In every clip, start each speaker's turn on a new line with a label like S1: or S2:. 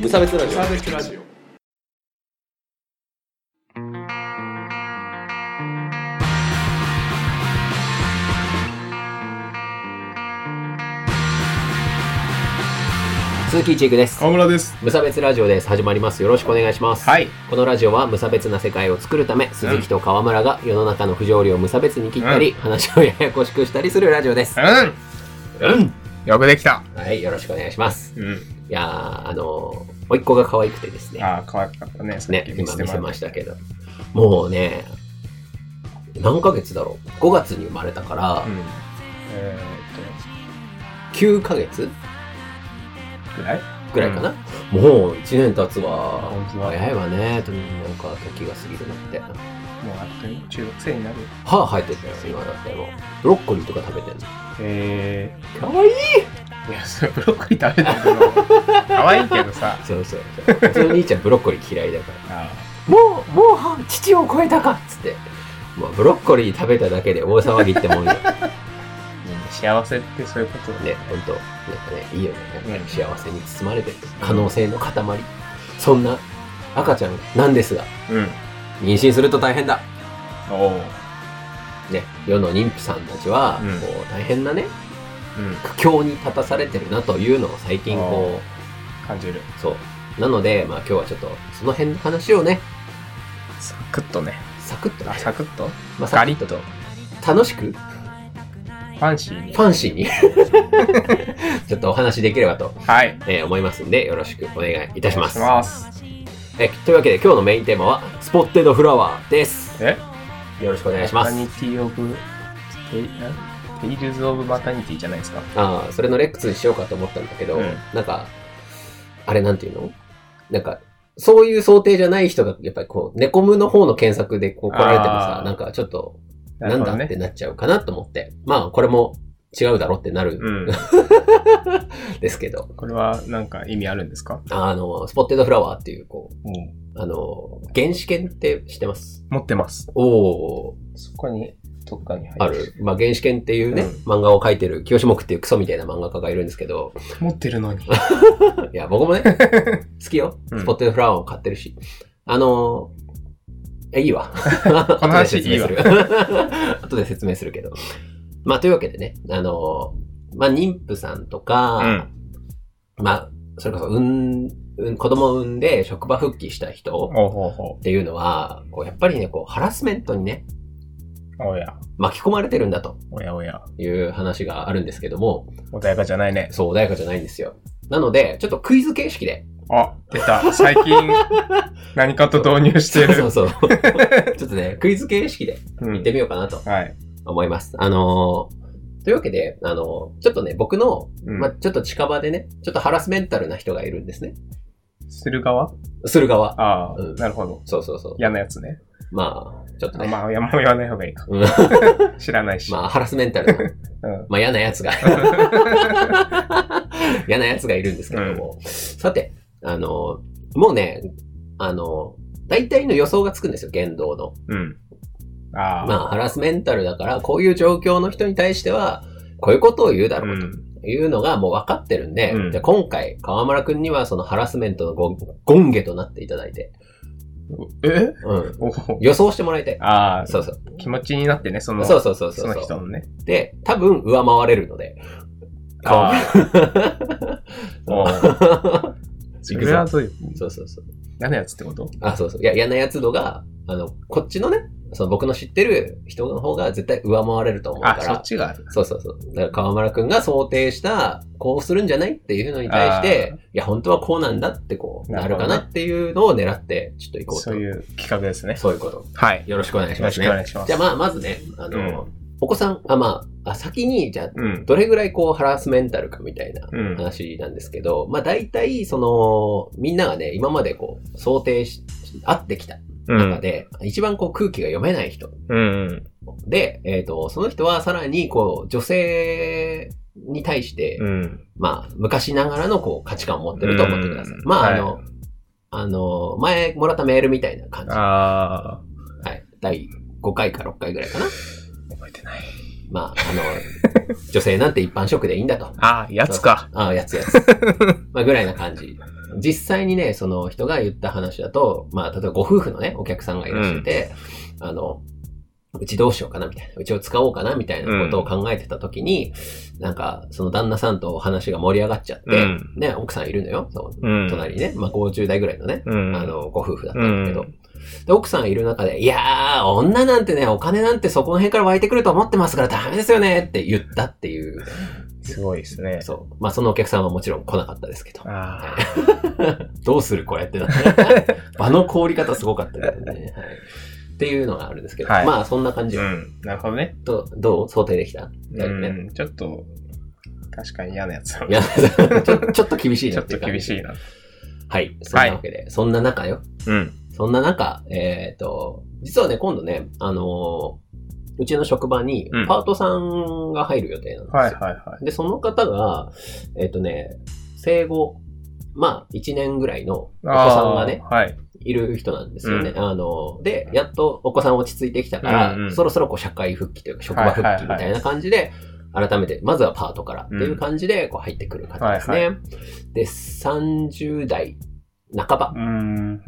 S1: 無差別ラジオ
S2: サーベスラジオ
S3: 鈴木一育です。
S2: 青村です
S3: 無差別ラジオです。始まります。よろしくお願いします。
S2: はい
S3: このラジオは無差別な世界を作るため、鈴木と河村が世の中の不条理を無差別に切ったり、話をややこしくしたりするラジオです。
S2: うんうんよくできた
S3: はい、よろしくお願いします。
S2: うん
S3: いやー、あのー、甥っ子が可愛くてですね。
S2: ああ可愛かったねさっ
S3: ね
S2: き、
S3: 今見せましたたけど。もうね、何ヶ月だろう ?5 月に生まれたから
S2: う、んえ
S3: 9ヶ月
S2: ー、っとぐらい
S3: ぐらいかな、もう1年経つわ
S2: 本当。だ
S3: 早いわね。となんか時が過ぎるなって。
S2: もうあっという間中学生になる
S3: 歯生えてたよ、今だってもう。ブロッコリーとか食べてんの。
S2: え
S3: かわいい
S2: ー、いやそれブロッコリー食べてるけど 可愛いけどさ
S3: そうそうそう。うちの兄ちゃんブロッコリー嫌いだから。
S2: あ
S3: もう、もう歯、父を超えたかっつって。まあ、ブロッコリー食べただけで大騒ぎってもんよ。ね、
S2: ー幸せってそういうことだね
S3: ほんと。なんかね、いいよね。なん
S2: うん
S3: か幸せに包まれてる。可能性の塊。そんな赤ちゃんなんですが、
S2: うん
S3: 妊娠すると大変だ。
S2: おお
S3: ね、世の妊婦さんたちは、
S2: うん
S3: こう、大変なね、
S2: うん
S3: 苦境に立たされてるなというのを最近こう、
S2: 感じる
S3: そう。なので、まあ今日はちょっとその辺の話をね、
S2: サクッとね
S3: サクッと、ね
S2: あ、サクッと
S3: まあ
S2: ガリッと
S3: 楽しく、フ
S2: ファンシーに
S3: ァンシーに、 ちょっとお話しできればと、
S2: はい
S3: えー思いますんで、よろしくお願いいたします。
S2: お願いします
S3: えというわけで今日のメインテーマは、スポッテッドフラワーです。
S2: え
S3: よろしくお願いしま
S2: マタニ
S3: す。
S2: ティオブテイテイルズ・オブ・マタニティじゃないですか
S3: ああ、それのレックスにしようかと思ったんだけど、
S2: うん
S3: なんか、あれなんていうのなんか、そういう想定じゃない人が、やっぱりこう、ネコムの方の検索でこう来られても
S2: あ
S3: さ、
S2: ー
S3: なんかちょっと、
S2: な
S3: な
S2: る
S3: ん
S2: ほ
S3: だ
S2: ど
S3: っ
S2: ね
S3: てなっちゃうかなと思って、まあこれも違うだろってなる
S2: うんん
S3: ですけど、
S2: これはなんか意味あるんですか
S3: あの、スポッテッドフラワーっていう、こう、
S2: うん
S3: あの、原子研って知ってます
S2: 持ってます
S3: おお
S2: そこにどっかに入
S3: ある。まあ、原子研っていうね、
S2: うん
S3: 漫画を描いてる、清志木っていうクソみたいな漫画家がいるんですけ ど、
S2: 持ってるのに
S3: いや、僕もね、好きよ。
S2: うん
S3: スポットフラワーを買ってるし。あのー、え、いい わ。
S2: この
S3: 後
S2: 話
S3: で説明する。 後で説明するけど。まあ、というわけでね、あのー、まあ、妊婦さんとか、まあ、それこそ、うん、うん、子供を産んで職場復帰した人
S2: おうほうほ
S3: っていうのは、こうやっぱりね、こう、ハラスメントにね、
S2: うおや
S3: 巻き込まれてるんだと
S2: おやおや
S3: いう話があるんですけども、
S2: 穏やかじゃないね
S3: そう、穏やかじゃないんですよ。なので、ちょっとクイズ形式で、
S2: あ出た最 近何かと導入してる
S3: そうそうそう。 ちょっとね、クイズ形式で
S2: うん
S3: 行ってみようかなと
S2: はい、
S3: 思います。あのーというわけで、あのーちょっとね、僕の、
S2: うん
S3: まあ、ちょっと近場でね、ちょっとハラスメンタルな人がいるんですね。
S2: する側
S3: する側。
S2: ああ、
S3: うん
S2: なるほど
S3: そうそうそう。
S2: 嫌なやつね
S3: まあ、ちょっとね。
S2: まあいやもう言わない方がいいか
S3: うん
S2: 知らないし、
S3: まあ、ハラスメンタルな、
S2: うん
S3: まあ、嫌な奴が、嫌な奴がいるんですけども。さて、あのーもうね、あのー大体の予想がつくんですよ、言動の。
S2: うんああ
S3: まあ、ハラスメンタルだから、こういう状況の人に対しては、こういうことを言うだ
S2: う
S3: ろうと
S2: ん
S3: いうのがもう分かってるんで、
S2: うん
S3: じゃあ今回、河村くんにはそのハラスメントのゴンゴンゲとなっていただいて、
S2: え
S3: うん、
S2: おお
S3: 予想してもらいたい。
S2: ああ、
S3: そうそう。
S2: 気持ちになってね、その、
S3: そうそうそう
S2: そ
S3: そう
S2: の人のね。
S3: で、多分上回れるので。河
S2: あ
S3: 村
S2: あ、おうそ
S3: 行く
S2: れは
S3: ぞ。
S2: どうい う、
S3: そうそうそう。
S2: 嫌なやつってこと
S3: あ、そうそう。いや、嫌なやつ度が、あの、こっちのね、その僕の知ってる人の方が絶対上回れると思うから。
S2: あ、そっちがある。
S3: そうそうそう。だから河村くんが想定した、こうするんじゃないっていうのに対して、いや、本当はこうなんだってこう、
S2: な
S3: な
S2: る
S3: る
S2: ほど
S3: か
S2: ね
S3: なっていうのを狙って、ちょっと行こうと。
S2: そういう企画ですね。
S3: そういうこと。
S2: はい。
S3: よろしくお願いし
S2: よろ
S3: ま
S2: し
S3: す
S2: くお
S3: ね。
S2: 願いします。
S3: じゃあまあ、まずね、あの、お子さん、あ、まあ、あ先に、じゃあ、
S2: うん。
S3: どれぐらいこうハラスメンタルかみたいな
S2: うん。
S3: 話なんですけど、まあ大体、その、みんながね、今までこう、想定し、合ってきた
S2: う
S3: 中
S2: ん。
S3: で、一番こう空気が読めない人
S2: うん。
S3: で、えっ、と、その人はさらに、こう、女性に対して、
S2: うん。
S3: まあ、昔ながらのこう価値観を持ってると思ってください。
S2: うん
S3: まあ、あの、
S2: は
S3: あの、前もらったメールみたいな感じ。は
S2: ああ、
S3: い。第5回か6回ぐらいかな。
S2: 覚えてない。
S3: まあ、あの、女性なんて一般職でいいんだと。
S2: ああ、やつか。
S3: ああ、やつやつ。まあ、ぐらいな感じ。実際にね、その人が言った話だと、まあ、例えばご夫婦のね、お客さんがいらっしゃって、あの、うちどうしようかなみたいな、うちを使おうかなみたいなことを考えてた時に、なんか、その旦那さんとお話が盛り上がっちゃって、
S2: うん
S3: ね、奥さんいるのよ、そう
S2: うん。
S3: 隣にね、まあ、50代ぐらいのね、
S2: うん。
S3: あの、ご夫婦だったんだけど、
S2: う
S3: で、奥さんいる中で、いやー、女なんてね、お金なんてそこの辺から湧いてくると思ってますからダメですよねって言ったっていう、
S2: すごいですね。
S3: そう。まあ、そのお客さんはもちろん来なかったですけど、
S2: あ
S3: どうするこうやってなって 場の凍り方すごかったけどね。はい。っていうのがあるんですけど、
S2: はい
S3: まあ、そんな感じ
S2: あ。う
S3: よ。
S2: ん。なるほどね。
S3: どうどう想定できただ
S2: う
S3: よね。
S2: ん。ちょっと、確かに嫌なやつだ
S3: いや、 ちょちょっと厳しい
S2: ち
S3: な
S2: ょ
S3: っ
S2: って
S3: い
S2: と
S3: う感
S2: 厳
S3: じ。
S2: しいな。
S3: はい。そんなわけで、そんな中よ。
S2: うん。
S3: そんな中、えっ、と、実はね、今度ね、あのーうちの職場に
S2: うん
S3: パートさんが入る予定なんですよ。
S2: はいはいは
S3: で、その方が、えっ、とね、生後、まあ、1年ぐらいのお
S2: い。
S3: 子さんがね、
S2: あー。はい。
S3: いる人なんですよね。
S2: う
S3: あの、で、やっとお子さん落ち着いてきたから、
S2: うんうん
S3: そろそろこう社会復帰というか、職場復帰みたいな感じで、改めて、まずはパートからっていう感じで、こう入ってくる方ですね。
S2: はい
S3: で、30代半ば
S2: うーん。うんうん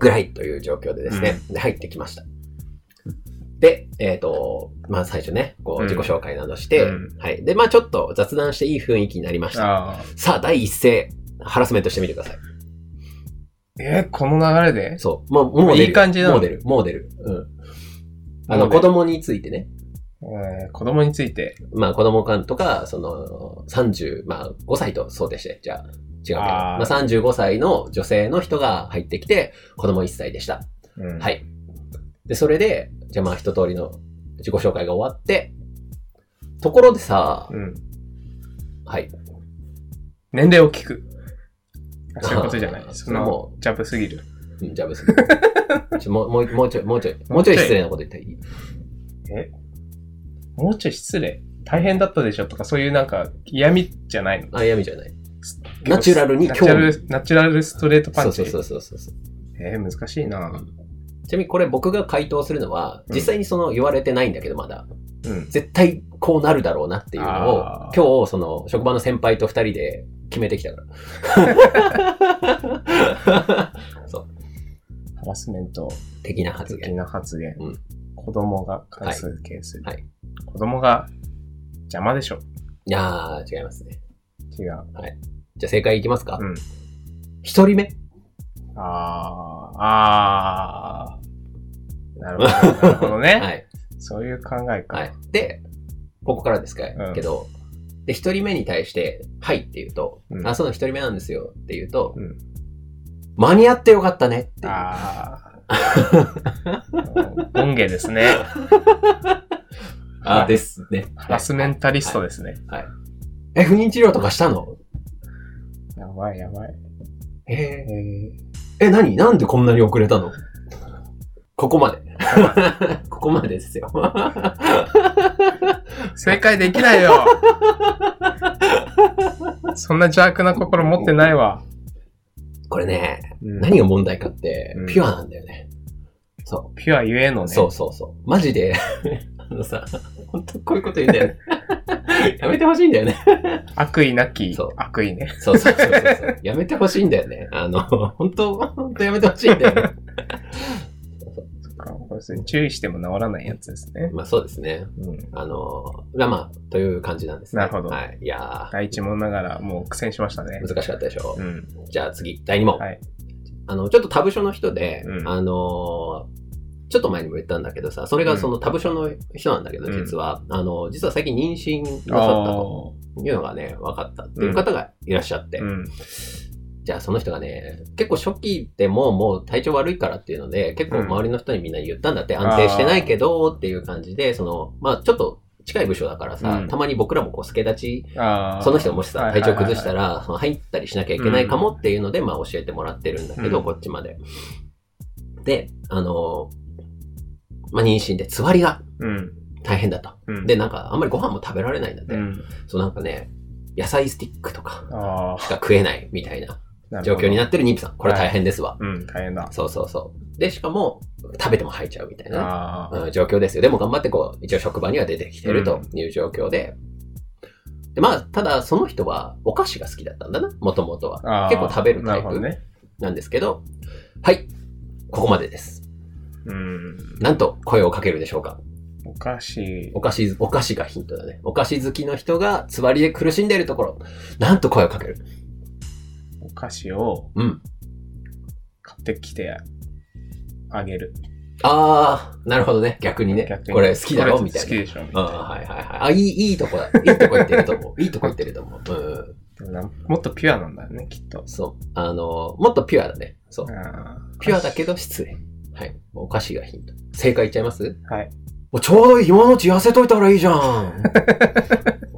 S3: ぐらいという状況でですね、で入ってきました。で、えっ、と、まあ最初ね、こう
S2: うん
S3: 自己紹介などして、
S2: うん
S3: はい。で、まあちょっと雑談していい雰囲気になりまし
S2: うん。
S3: た。
S2: ああ。
S3: さあ、第一声、ハラスメントしてみてください。
S2: えー、この流れで
S3: そう。もう、もう出る。
S2: いい感じなの
S3: もう出る。もう出る。うん。あの、
S2: もう出
S3: 子
S2: る
S3: 供についてね。
S2: えー子供について。
S3: まあ、子供間とか、その、30、まあ、5歳と想定して、じゃあ、違うけど。
S2: あー
S3: まあ、35歳の女性の人が入ってきて、子供1歳でした。
S2: うん
S3: はい。で、それで、じゃあまあ、一通りの自己紹介が終わって、ところでさ、
S2: うん。
S3: はい。
S2: 年齢を聞く。あそういうことじゃない
S3: あ。ー
S2: その
S3: も、
S2: ジャブすぎる。
S3: うんジャブ ス。ちょもう、もう、もうちょい、もうちょい、もうちょい失礼なこと言ったらいい。
S2: もうちょい失礼。大変だったでしょとか、そういうなんか嫌味じゃないの。
S3: あ、嫌味じゃない。ナチュラルに
S2: ナチ
S3: 興
S2: ュラ
S3: 味。
S2: ル、ナチュラルストレートパ
S3: そ
S2: ン
S3: う
S2: チ。
S3: そうそうそうそう。
S2: えー、難しいな
S3: ちなみにこれ僕が回答するのは、
S2: うん
S3: 実際にその言われてないんだけど、まだ。
S2: うん。
S3: 絶対こうなるだろうなっていうのを
S2: あ、
S3: 今日、その、職場の先輩と二人で決めてきたから。 そう。
S2: ハラスメント
S3: 的な発
S2: 的
S3: 言。
S2: な発言。
S3: うん
S2: 子供が関数係数。
S3: はい
S2: 子供が邪魔でしょ。
S3: いやー、違いますね。
S2: 違う。
S3: じゃあ正解いきますか
S2: うん。
S3: 一、人目
S2: あー、あ ー。なるほど。なるほどね。
S3: はい。
S2: そういう考えか。
S3: はい。で、ここからですか、
S2: うん
S3: けど、で、一人目に対して、はいって言うと、
S2: うん
S3: あ、そうなの一人目なんですよって言うと、
S2: うん
S3: 間に合ってよかったねっていう。
S2: あ ー。ゴンゲですね。
S3: あですね。
S2: ハラスメンタリストですね。
S3: え、不妊治療とかしたの
S2: やばいやばい。
S3: え
S2: えー
S3: え、何なんでこんなに遅れたのここまで。 ここまでですよ。
S2: 正解できないよそんな邪悪な心持ってないわ。
S3: これね、
S2: うん
S3: 何が問題かって
S2: うん、
S3: ピュアなんだよね。そ
S2: ピュアゆえの
S3: う。
S2: ね。
S3: そうそうそう。マジで、 あのさ、本当こういうこと言うんだよね。 やめてほしいんだよね。
S2: 悪意なき
S3: そう
S2: 悪意ね。
S3: そうそうそうそう。やめてほしいんだよね。あの、本当本当やめてほしいんだよ ね。
S2: そっかこれそれ注意しても治らないやつですね。
S3: まあそうですね。
S2: うん、
S3: あの、がまあ、という感じなんですね。
S2: なるほど
S3: はい。いや
S2: 第一問ながらもう苦戦しましたね
S3: ー。難しかったでしょ
S2: うん。
S3: じゃあ次、第2問。
S2: はい
S3: あの、ちょっと他部署の人で、
S2: うん
S3: あのーちょっと前にも言ったんだけどさ、それがその他部署の人なんだけど、
S2: うん
S3: 実は、あの、実は最近妊娠
S2: あ
S3: なさったと
S2: あ。
S3: いうのがね、分かったっていう方がいらっしゃって、
S2: うん。
S3: じゃあその人がね、結構初期でももう体調悪いからっていうので、結構周りの人にみんな言ったんだって、
S2: ん
S3: 安定してないけどっていう感じで、その、まあちょっと近い部署だからさ、
S2: うん
S3: たまに僕らもこう、助立ち
S2: ああ。
S3: その人がもし
S2: は
S3: さ、
S2: いはい
S3: 体
S2: はい
S3: 調崩したら、その入ったりしなきゃいけないかもっていうので、まあ教えてもらってるんだけ
S2: う
S3: ど、
S2: ん
S3: こっちまで。で、あのー、まあ妊娠でつわりが
S2: うん。
S3: 大変だと。
S2: うん。
S3: で、なんかあんまりご飯も食べられないんだっ
S2: う
S3: て。
S2: ん。
S3: そうなんかね、野菜スティックとか
S2: あ
S3: しか食えないみたいな
S2: あ。
S3: 状況にな
S2: っ
S3: ってる妊婦さん。これ大変ですわ。
S2: うん、大変だ。
S3: そうそうそう。で、しかも、食べても吐いちゃうみたいなね。
S2: ああ。
S3: うん状況ですよ。でも頑張ってこう、一応職場には出てきてるという状況で、で、まあ、ただその人はお菓子が好きだったんだな、もともとは。
S2: あー
S3: 結構食べるタイプ
S2: なほどね。
S3: なんですけど、はい、ここまでです。
S2: うん。
S3: なんと声をかけるでしょうか
S2: お菓子
S3: お菓子、お菓子がヒントだね。お菓子好きの人がつわりで苦しんでいるところ、なんと声をかける。
S2: お菓子を
S3: うん。
S2: 買ってきてあげる。
S3: あー、なるほどね。逆にね。
S2: 逆に
S3: これ好きだろみたい
S2: 好き
S3: な。
S2: でしょみた
S3: あ
S2: い
S3: ー
S2: な。
S3: はいはいはい。あ、いい、いいとこだ。いいとこ言ってると思う。いいとこ言ってると思う。うん。
S2: でもなもっとピュアなんだよね、きっと。
S3: そう。あのー、もっとピュアだね。そう。
S2: あー
S3: ピュアだけど失礼。はい。お菓子がヒント。正解いっちゃいます
S2: はい。
S3: もうちょうどいい今のうち痩せといたらいいじゃん。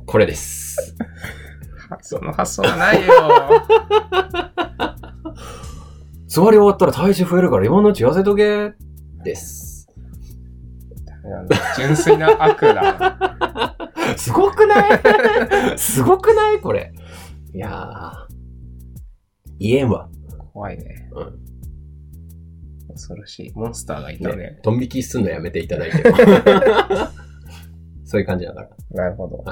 S3: これです。
S2: その発想 はないよ。
S3: つわり終わったら体重増えるから今のうち痩せとけ。です。
S2: 純粋な悪だ。
S3: すごくない すごくないこれ。いやー。言えんわ。
S2: 怖いね。
S3: う
S2: 恐ろしい。モンスターがいたね。
S3: ねドン引きすんのやめていただいて。そういう感じだから。
S2: なるほど。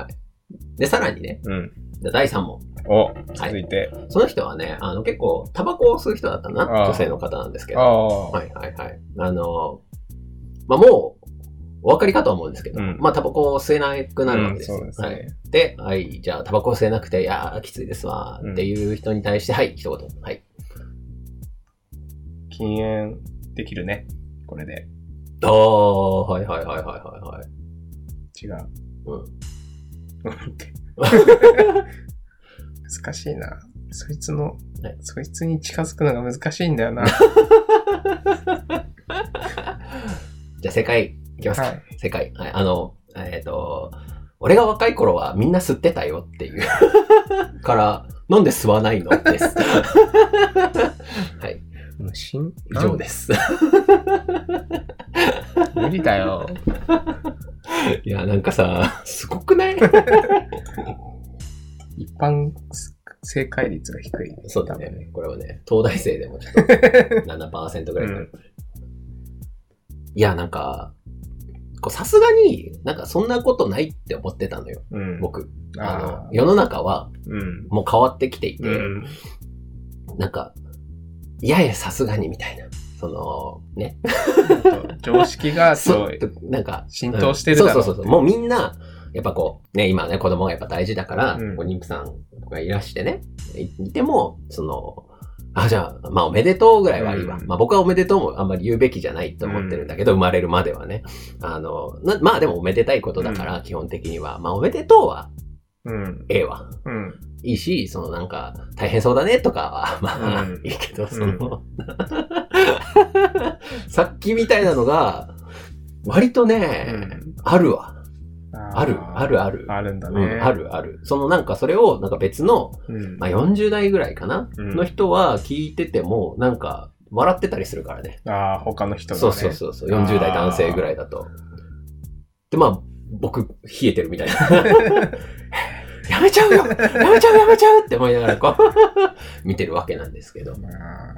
S3: で、さらにね、
S2: うん。
S3: じゃあ第3問。
S2: お、続いて。
S3: その人はね、あの結構、タバコを吸う人だったな、
S2: ああ
S3: 女性の方なんですけ
S2: あ
S3: ど。
S2: あ。
S3: はいはいはい。あの、まあもう、お分かりかとは思うんですけど、
S2: うん
S3: まあタバコを吸えなくなるわ
S2: う
S3: け
S2: ん
S3: です
S2: そ
S3: よ。
S2: うです
S3: はい、
S2: ね。
S3: で、はい、じゃあタバコ吸えなくて、いやー、きついですわーっていう人に対して、はい、一言。はい。
S2: 禁煙できるね。これで。
S3: ああ、はいはいはいはいはいはい。
S2: 違う。
S3: うん。
S2: うん って。難しいな。そいつの
S3: はい、
S2: そいつに近づくのが難しいん だよな。
S3: じゃあ世界いきますか。
S2: はい
S3: 世界。はい、あの、えっ、と、俺が若い頃はみんな吸ってたよって いう。から、なんで吸わないのです。はい、
S2: 無心
S3: 以上です。
S2: す。無理だよ。
S3: いや、なんかさ、すごく ない
S2: 一般正解率が低い。
S3: そうだ
S2: 多分
S3: ね。これはね、東大生でもちょっと 7%ぐらいになる。いや、なんか、こうさすがに、なんかそんなことないって思ってたのよ、
S2: うん。
S3: 僕。あの
S2: ああ、
S3: 世の中は
S2: うん。
S3: もう変わってきていて、
S2: うん。
S3: なんか、いやいや、さすがにみたいな。その、ね。
S2: 常識がす
S3: そ
S2: ご
S3: う
S2: い。、
S3: なんか。
S2: 浸透してるだろ
S3: う
S2: う
S3: そ
S2: ん
S3: うそうそう。もうみんな、やっぱこう、ね、今ね、子供がやっぱ大事だから、
S2: うん
S3: こう妊婦さんとかいらしてね、いいても、その、あ、じゃあ、まあおめでとうぐらいはいいわ。
S2: うん
S3: まあ僕はおめでとうもあんまり言うべきじゃないと思ってるんだけど、生まれるまではね。あの、なまあでもおめでたいことだから、基本的には。まあおめでとうは、
S2: うん。
S3: ええわ。
S2: うん。
S3: いいし、そのなんか、大変そうだねとかは、 まあ、
S2: うん
S3: いいけど、その、 さっきみたいなのが、割とね、
S2: うん
S3: あるわ。ある、
S2: ー
S3: あ。るある。
S2: あるんだ
S3: う
S2: ね。
S3: ん、あ。るある。そのなんかそれを、なんか別の、
S2: うん。
S3: まあ、40代ぐらいかな、
S2: うん
S3: の人は聞いてても、なんか、笑ってたりするからね。
S2: ああ、他の人がね。
S3: そうそうそうそう、40代男性ぐらいだと。で、まあ、僕、冷えてるみたいな。 やめちゃうよやめちゃうやめちゃうって思いながら、こう、 見てるわけなんですけど。
S2: まあ。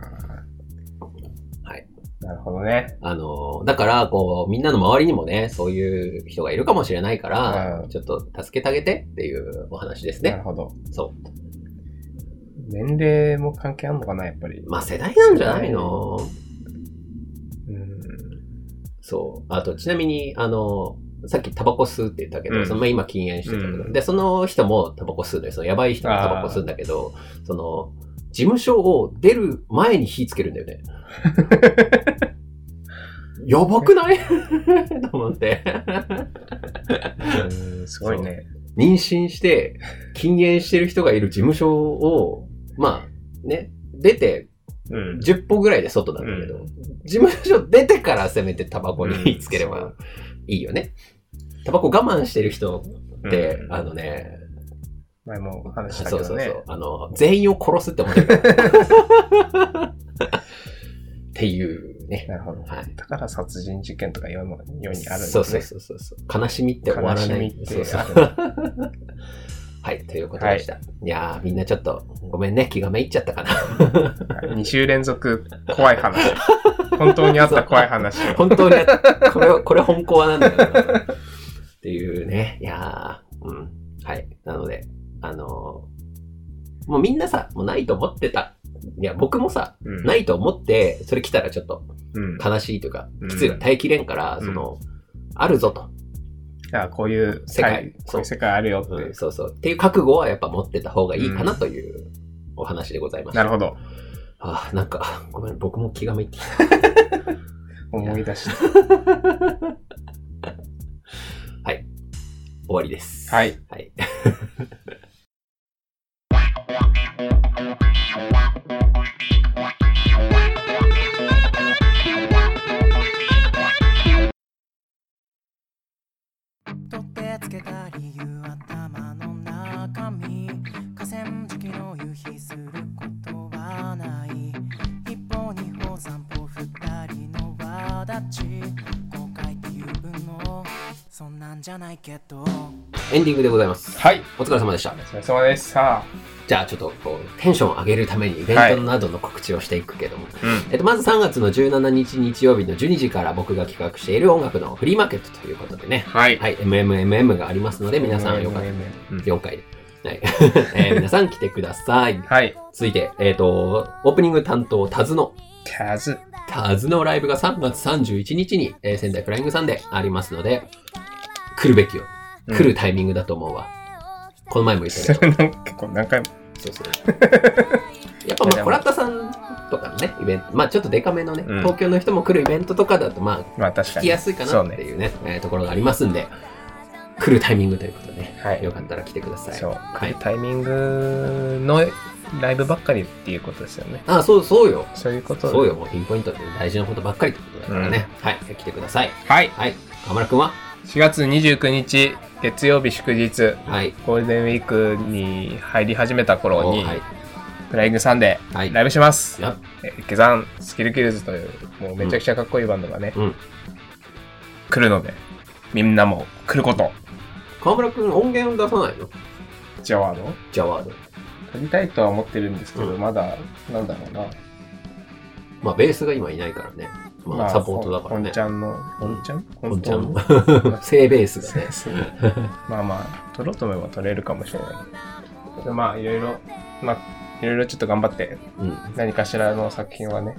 S3: はい。
S2: なるほどね。
S3: あの、だから、こう、みんなの周りにもね、そういう人がいるかもしれないから
S2: う、ん
S3: ちょっと助けてあげてっていうお話です
S2: な
S3: ね
S2: る。ほど。。
S3: そう
S2: 年齢も関係あんのかな、やっぱり。
S3: まあ、世代なんじゃないの
S2: うん。
S3: そう。あと、ちなみに、あの、さっきタバコ吸うって言ったけど、
S2: うん
S3: そのまあ今禁煙してたけど、
S2: うん
S3: で、その人もタバコ吸うのよ。そのやばい人もタバコ吸うんだけど、その、事務所を出る前に火つけるんだよ ね。やばくない と思って。
S2: うんすごいね。
S3: 妊娠して、禁煙してる人がいる事務所を、まあ、ね、出て
S2: うん。
S3: 10歩ぐらいで外なんだけど、
S2: う
S3: 事務所出てからせめてタバコに火つけれ
S2: う
S3: ば
S2: ん
S3: いいよね。タバコ我慢してる人って、
S2: うん
S3: あのね、
S2: 前も話したけ
S3: そ
S2: ど
S3: う
S2: ね。
S3: そうそう、あの、全員を殺すって思ってる。っていうね。
S2: なるほど。
S3: はい
S2: だから殺人事件とか世の世にあるんだね。
S3: そうそうそうそうそう。悲しみって終わ
S2: 悲
S3: ら
S2: し
S3: な
S2: み
S3: い
S2: っ。て
S3: そうそう
S2: あるんだ
S3: はい、ということでした。い、やー、みんなちょっと、ごめんね、気がめいっちゃったかな。
S2: 2週連続怖 い話。本当にあった怖い話を。
S3: 本当にやっ、これ、これ本コアなんだよな。っていうね。いやー、うん。はい。なので、もうみんなさ、もうないと思ってた。いや、僕もさ、
S2: うん
S3: ないと思って、それ来たらちょっと
S2: うん。だか
S3: 悲しいというか
S2: うん、
S3: きついわ、耐えきれんから、
S2: うん
S3: その、あるぞと、
S2: らこういう
S3: 世界
S2: こういう世界あるよって。
S3: うんそうそう。っていう覚悟はやっぱ持ってた方がいいかなというお話でございました。
S2: なるほど。
S3: ああ、なんか、ごめん、僕も気が向いてきた。
S2: 思い出した。
S3: 終わりです。
S2: はい。
S3: はい。
S1: 取ってつけた理由頭の中身河川敷の夕日することはない一歩二歩三歩二人の輪立ち後悔っていう分のそんなんじゃないけど
S3: エンディングでございます。
S2: はい。
S3: お疲れ様でした。
S2: お疲れ様です。さあ。
S3: じゃあちょっとこう、テンション上げるためにイベントなどの告知をしていくけども。
S2: うん。
S3: えっと、まず3月の17日日曜日の12時から僕が企画している音楽のフリーマーケットということでね。
S2: はい。
S3: はい、MMMM がありますので、皆さんよかったら、
S2: うん
S3: 4回で。はい。 えー皆さん来てください。
S2: はい。
S3: 続いて、えっ、と、オープニング担当、タズの、
S2: キャズ。
S3: タズのライブが3月31日に、えー仙台フライングさんでありますので、来るべきよ。
S2: うん
S3: 来るタイミングだと思うわ。この前も言ったけど。
S2: なんか結構何回も。
S3: そう そう。やっぱまあ、コラッタさんとかのね、イベント、まあちょっとデカめのね、
S2: うん
S3: 東京の人も来るイベントとかだと、まあ
S2: まあ確
S3: 聞
S2: か
S3: き
S2: に。
S3: やすいかなっていうね、えーところがありますんで、来るタイミングということで、ね
S2: はい
S3: よかったら来てください。
S2: そう。
S3: はい。
S2: タイミングのライブばっかりっていうことですよね。
S3: あ、そう、そうよ。
S2: そういうこと
S3: そうよ、もうピンポイントで大事なことばっかりってことだからね。はい、来てください。
S2: はい。
S3: はい、河村くんは
S2: 4月29日、月曜日祝日、
S3: はい。
S2: ゴールデンウィークに入り始めた頃に、
S3: はい。
S2: フライングサンデ
S3: は
S2: ー、
S3: い
S2: ライブします。
S3: や
S2: えー下山スキルキルズという、もうめちゃくちゃかっこいいバンドがね、
S3: うん
S2: 来るので、みんなも来ること。
S3: 河村くん音源を出さないの
S2: じゃあ、あの、
S3: ジャワード。
S2: 撮りたいとは思ってるんですけど、
S3: うん
S2: まだ、なんだろうな。
S3: まあ、ベースが今いないからね。まあ、サポートだから
S2: ほ
S3: ね
S2: んち。ゃんの、ほんちゃんほ
S3: こんちゃん
S2: ほ
S3: の。正ベースがね。
S2: そう まあまあ、撮ろうと思えば撮れるかもしれない。でまあ、いろいろ、まあ、いろいろちょっと頑張って、
S3: うん。
S2: 何かしらの作品はね、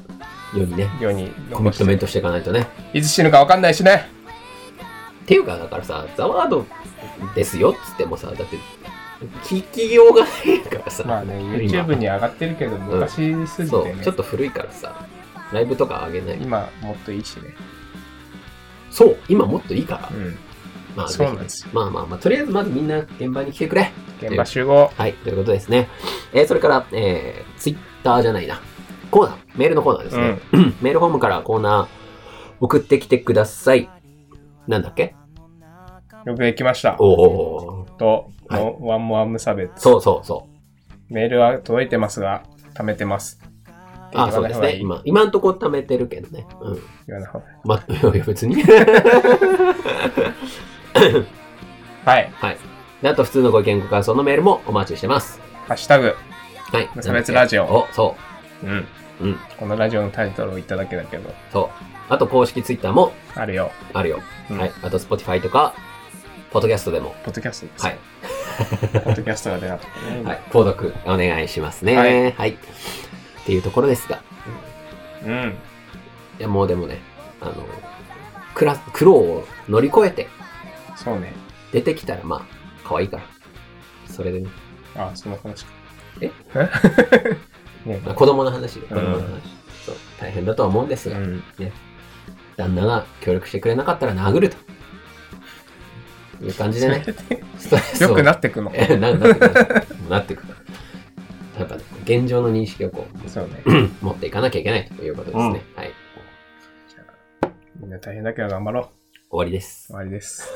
S3: よりね、
S2: 世に
S3: コミ
S2: 残
S3: ットメントしていかないとね。
S2: いつ死ぬか分かんないしね。
S3: っていうか、だからさ、ザワードですよっつってもさ、だって、聞きようがないからさ。
S2: まあね、
S3: 今
S2: YouTube に上がってるけど、昔すぎ
S3: そ
S2: て
S3: う、
S2: ね
S3: ちょっ、と古いからさ、ライブとか上げない。
S2: 今もっといいしね。
S3: そう、今もっといいから
S2: う。ん。
S3: まあ、
S2: そうなん
S3: ぜひ
S2: ですよ
S3: まあまあまあ、とりあえずまずみんな現場に来てくれ。
S2: 現場集合。
S3: はい、ということですね。えーそれから、えー、ツイッターじゃないな。コーナー、メールのコーナーですね。メールフォームからコーナー送ってきてください。なんだっけ
S2: よくできました。
S3: おおー。
S2: と、
S3: はい
S2: のワンモア無差別。
S3: そうそうそう。
S2: メールは届いてますが、貯めてます。
S3: あ、そうですね。
S2: 言わ
S3: 今、今んとこ貯めてるけどね。うん。
S2: ない方がいい
S3: ま、 いやいや別に。
S2: 言わない方がいい。はい。
S3: はい。であと、普通のご意見、ご感想のメールもお待ちしてます。
S2: ハッシュタグ。
S3: はい。
S2: 無差別ラジオ
S3: お、そ
S2: うん。
S3: う。うん。
S2: このラジオのタイトルを言っただけだけど、
S3: そう。あと、公式ツイッターも
S2: あるよ。
S3: あるよ。
S2: うん
S3: はい。あと、Spotify とか、ポッドキャストでも。
S2: ポッドキャストです。
S3: はい。
S2: ポッドキャストが出なかったね。
S3: はい、購読お願いしますね。
S2: は
S3: はいい、っていうところですが、
S2: うん。
S3: いやもうでもね、あの、くら苦労を乗り越えて
S2: そうね。
S3: 出てきたらまあ、可愛いから。それでね、
S2: あ、その話か。
S3: え
S2: えね
S3: まあ、子供の話で、子
S2: うん
S3: 供の話、そう、大変だとは思うんです
S2: う
S3: が、
S2: ん。
S3: 旦那が協力してくれなかったら殴ると。いう感じで ね、ストレスを。
S2: よくなってくの。
S3: えななって くる。なってくる。やっぱね、現状の認識をこう、
S2: そうね。
S3: 持っていかなきゃいけないということですね。はい。終
S2: みんな大変だけど頑張ろう。
S3: わりです
S2: 終。わりです。